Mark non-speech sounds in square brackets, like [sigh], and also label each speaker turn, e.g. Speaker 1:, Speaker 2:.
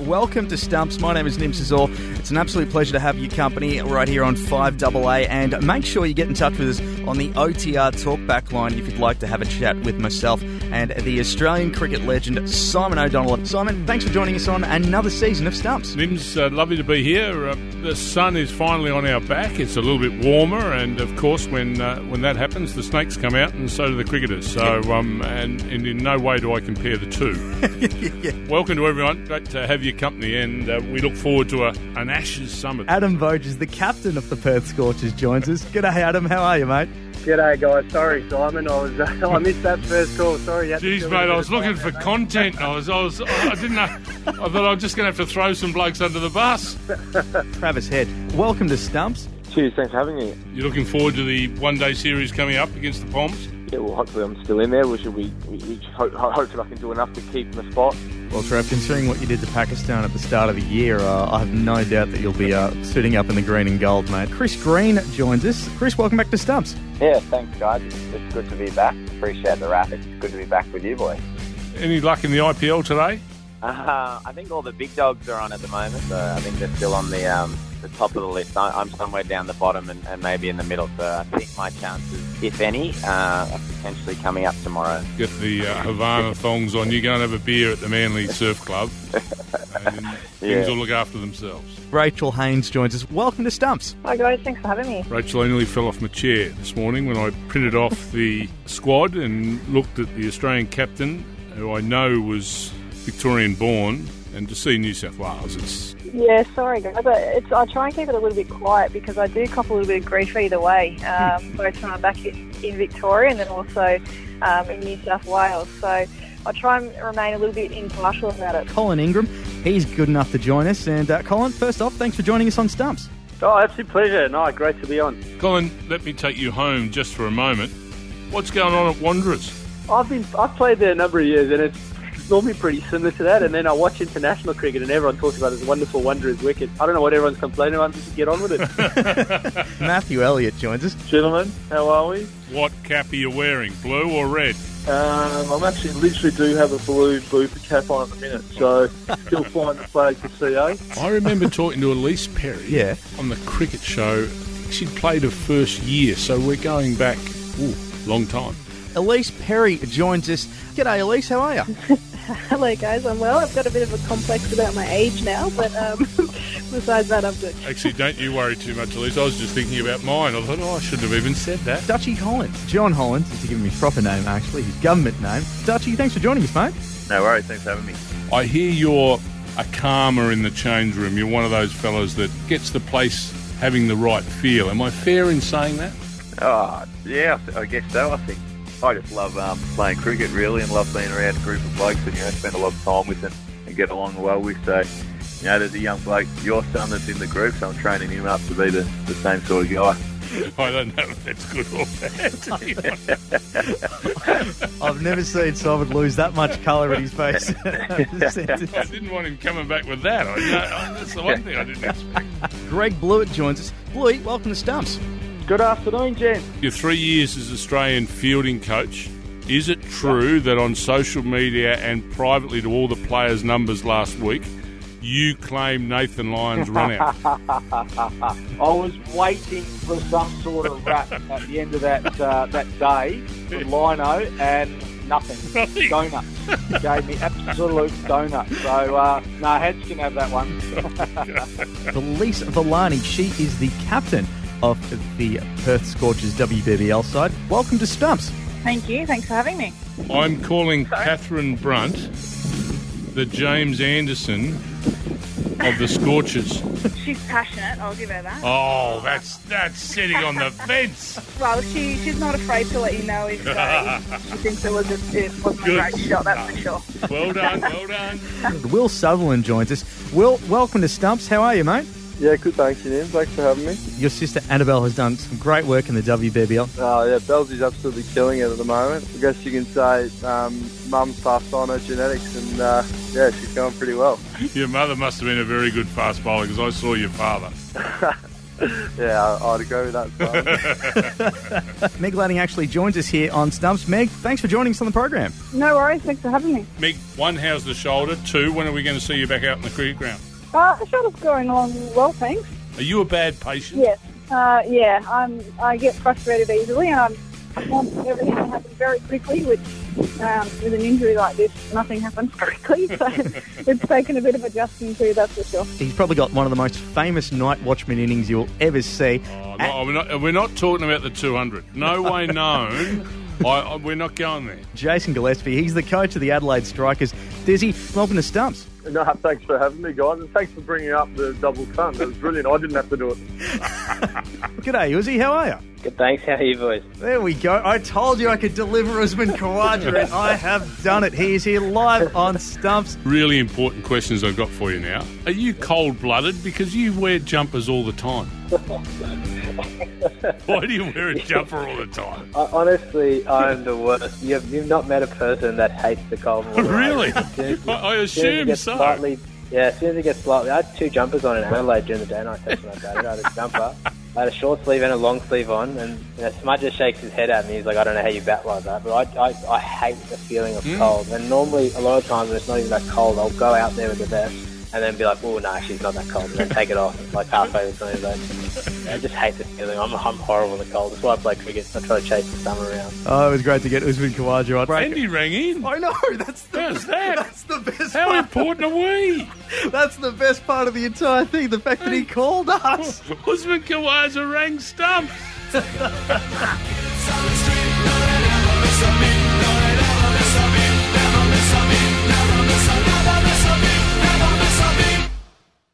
Speaker 1: Welcome to Stumps. My name is Nim Sazor. It's an absolute pleasure to have your company right here on 5AA. And make sure you get in touch with us on the OTR Talkback line if you'd like to have a chat with myself and the Australian cricket legend Simon O'Donnell. Simon, thanks for joining us on another season of Stumps.
Speaker 2: Nims, uh, lovely to be here. Uh, the sun is finally on our back. It's a little bit warmer, and of course, when uh, when that happens, the snakes come out, and so do the cricketers. So, um, and, and in no way do I compare the two. Welcome to everyone. Great to have your company, and uh, we look forward to a, an Ashes summit.
Speaker 1: Adam Voges, the captain of the Perth Scorchers, joins us. G'day, Adam. How are you, mate?
Speaker 3: G'day, guys. Sorry, Simon. [laughs] I was uh, I missed that first call. Sorry. had to
Speaker 2: Jeez,
Speaker 3: do a
Speaker 2: mate,
Speaker 3: little
Speaker 2: I was
Speaker 3: bit of
Speaker 2: looking for content. I was, I was, I didn't know. I thought I'm just going to have to throw some blokes under the bus.
Speaker 1: Travis Head, welcome to Stumps.
Speaker 4: Cheers, thanks for having me.
Speaker 2: You're looking forward to the one-day series coming up against the Poms.
Speaker 4: Yeah, well, hopefully I'm still in there. We should we, we, we hope, hopefully I can do enough to keep in the spot.
Speaker 1: Well, Trav, considering what you did to Pakistan at the start of the year, uh, I have no doubt that you'll be uh, suiting up in the green and gold, mate. Chris Green joins us. Chris, welcome back to Stumps.
Speaker 5: Yeah, thanks, guys. It's, it's good to be back. Appreciate the wrap. It's good to be back with you, boys.
Speaker 2: Any luck in the IPL today?
Speaker 5: Uh, I think all the big dogs are on at the moment, so I think they're still on the um, the top of the list. I, I'm somewhere down the bottom and, and maybe in the middle, so I think my chances, if any, uh, are potentially coming up tomorrow.
Speaker 2: Get the uh, Havana thongs on. You go and have a beer at the Manly Surf Club, and things
Speaker 5: Yeah.
Speaker 2: will look after themselves.
Speaker 1: Rachel Haynes joins us. Welcome to Stumps.
Speaker 6: Hi guys, thanks for having me.
Speaker 2: Rachel, I nearly fell off my chair this morning when I printed off the squad and looked at the Australian captain, who I know was Victorian born, and to see New South Wales, it's
Speaker 6: Yeah, sorry guys, but it's, I try and keep it a little bit quiet because I do cop a little bit of grief either way, um, both when I'm back in, in Victoria and then also um, in New South Wales. So I try and remain a little bit impartial about it. [laughs]
Speaker 1: Colin Ingram, he's good enough to join us. And uh, Colin, first off, thanks for joining us on Stumps.
Speaker 3: Oh, absolute pleasure. No, great to be on.
Speaker 2: Colin, let me take you home just for a moment. What's going on at Wanderers?
Speaker 3: I've been I've played there a number of years, and it's normally pretty similar to that. And then I watch international cricket, and everyone talks about this wonderful wonder is wicked. I don't know what everyone's complaining about. Just get on
Speaker 2: [laughs]
Speaker 3: with it,
Speaker 1: [laughs] Matthew Elliott joins us.
Speaker 3: gentlemen. How are we?
Speaker 2: What cap are you wearing, blue or red?
Speaker 3: Um, I'm actually literally do have a blue booper cap on at the minute,
Speaker 2: [laughs]
Speaker 3: so still flying the flag for CA.
Speaker 2: I remember talking to Elise Perry
Speaker 1: Yeah.
Speaker 2: on the cricket show. I think She'd played her first year, so we're going back ooh, long time.
Speaker 1: Elise Perry joins us. G'day, Elise. How are you?
Speaker 7: Hello, guys. I'm well. I've got a bit of a complex about my age now, but
Speaker 6: [laughs]
Speaker 7: um, besides that, I'm good.
Speaker 2: Actually, don't you worry too much, Elise. I was just thinking about mine. I thought, oh, I shouldn't have even said that.
Speaker 1: Dutchy Hollins. John Hollins is giving me his proper name, actually, his government name. Dutchy, thanks for joining us, mate.
Speaker 5: No worries. Thanks for having me.
Speaker 2: I hear you're a calmer in the change room. You're one of those fellas that gets the place having the right feel. Am I fair in saying that?
Speaker 5: Oh, yeah, I guess so. I think I just love um, playing cricket, really, and love being around a group of blokes that you know spend a lot of time with and, and get along well with. So, you know, there's a young bloke, your son, that's in the group, so I'm training him up to be the, the same sort of guy.
Speaker 2: I don't know if that's good or bad. to be honest. [laughs]
Speaker 1: I've never seen Simon lose that much colour in his [laughs] face.
Speaker 2: I didn't want him coming back with that. I, I, that's the one thing I didn't expect.
Speaker 1: Greg Blewett joins us. Bluey, welcome to Stumps.
Speaker 3: Good afternoon, gents.
Speaker 2: Your three years as Australian fielding coach. Is it true that on social media and privately to all the players' numbers last week, you claim Nathan Lyons run out?
Speaker 8: I was waiting for some sort of rap at the end of that uh, that day from Lino and nothing. Donuts. He gave me absolute donuts. So, uh, no, Heads can have that one.
Speaker 1: Elise Villani, she is the captain of the Perth Scorchers WBBL side. Welcome to Stumps.
Speaker 6: Thank you, thanks for having me.
Speaker 2: I'm calling Catherine Brunt the James Anderson of the Scorchers.
Speaker 6: She's passionate, I'll give her that.
Speaker 2: Oh, that's that's sitting on the fence.
Speaker 6: Well, she, she's not afraid to let you know if
Speaker 2: [laughs]
Speaker 6: uh, she thinks it was a, it wasn't
Speaker 2: Good. great
Speaker 6: shot, that's for sure.
Speaker 2: Well done, well done.
Speaker 1: Will Sutherland joins us. Will, welcome to Stumps. How are you, mate?
Speaker 3: Yeah, good. Thanks, you. Thanks for having me.
Speaker 1: Your sister Annabelle has done some great work in the WBBL.
Speaker 3: Oh yeah, Belzy's absolutely killing it at the moment. I guess you can say um, mum's passed on her genetics, and uh, yeah, she's going pretty well.
Speaker 2: Your mother must have been a very good fast bowler because I saw your father.
Speaker 3: yeah, I- I'd agree with that.
Speaker 1: [laughs] Meg Ladding actually joins us here on Stumps. Meg, thanks for joining us on the program.
Speaker 6: No worries. Thanks for having me.
Speaker 2: Meg, one, how's the shoulder? Two, when are we going to see you back out in the cricket ground?
Speaker 6: Uh, the shoulder's going along well, thanks.
Speaker 2: Are you a bad patient?
Speaker 6: Yes. Uh, yeah, I'm, I get frustrated easily and I'm, I want everything to happen very quickly, which um, with an injury like this, nothing happens [laughs] quickly. So it's taken a bit of adjusting to, that's for sure.
Speaker 1: He's probably got one of the most famous night watchman innings you'll ever see.
Speaker 2: Oh, no, we're, not, we're not talking about the 200. No way known. I, I, we're not going there.
Speaker 1: Jason Gillespie, he's the coach of the Adelaide Strikers. Dizzy, welcome to Stumps.
Speaker 3: No, thanks for having me, guys, and thanks for bringing up the double ton. That was brilliant. I didn't have to do it.
Speaker 1: G'day, Uzi, how are you?
Speaker 9: Good, thanks. How are you, boys?
Speaker 1: There we go. I told you I could deliver Usman Khawaja,
Speaker 9: [laughs]
Speaker 1: and I have done it. He is here live on Stumps.
Speaker 2: Really important questions I've got for you now. Are you cold blooded? Because you wear jumpers all the time. Why do you wear a jumper all the time?
Speaker 9: I, honestly, I'm the worst. You've, you've not met a person that hates the cold water.
Speaker 2: Really?
Speaker 9: As soon
Speaker 2: [laughs]
Speaker 9: as-
Speaker 2: I, I
Speaker 9: as soon as it
Speaker 2: assume
Speaker 9: gets
Speaker 2: so.
Speaker 9: Slightly, yeah, as soon as it gets slightly. I had two jumpers on in Adelaide during the day, and I texted my dad. I had a jumper, I had a short sleeve and a long sleeve on, and you know, Smudge just shakes his head at me. He's like, I don't know how you bat like that, but I, I, I hate the feeling of cold. And normally, a lot of times, when it's not even that cold, I'll go out there with the vest. And then be like, oh, no, she's not that cold. And then take it off. It's like halfway or something. But I just hate the feeling. I'm, I'm horrible in the cold. That's why I play cricket. I try to chase the summer around.
Speaker 1: Oh, it was great to get Usman Khawaja on.
Speaker 2: Andy rang in.
Speaker 1: I know, [laughs] that's the,
Speaker 2: How's that?
Speaker 1: That's the best
Speaker 2: How
Speaker 1: part.
Speaker 2: important are we?
Speaker 1: That's the best part of the entire thing, the fact that he called us.
Speaker 2: Usman Khawaja rang stumps.
Speaker 10: Solid Street.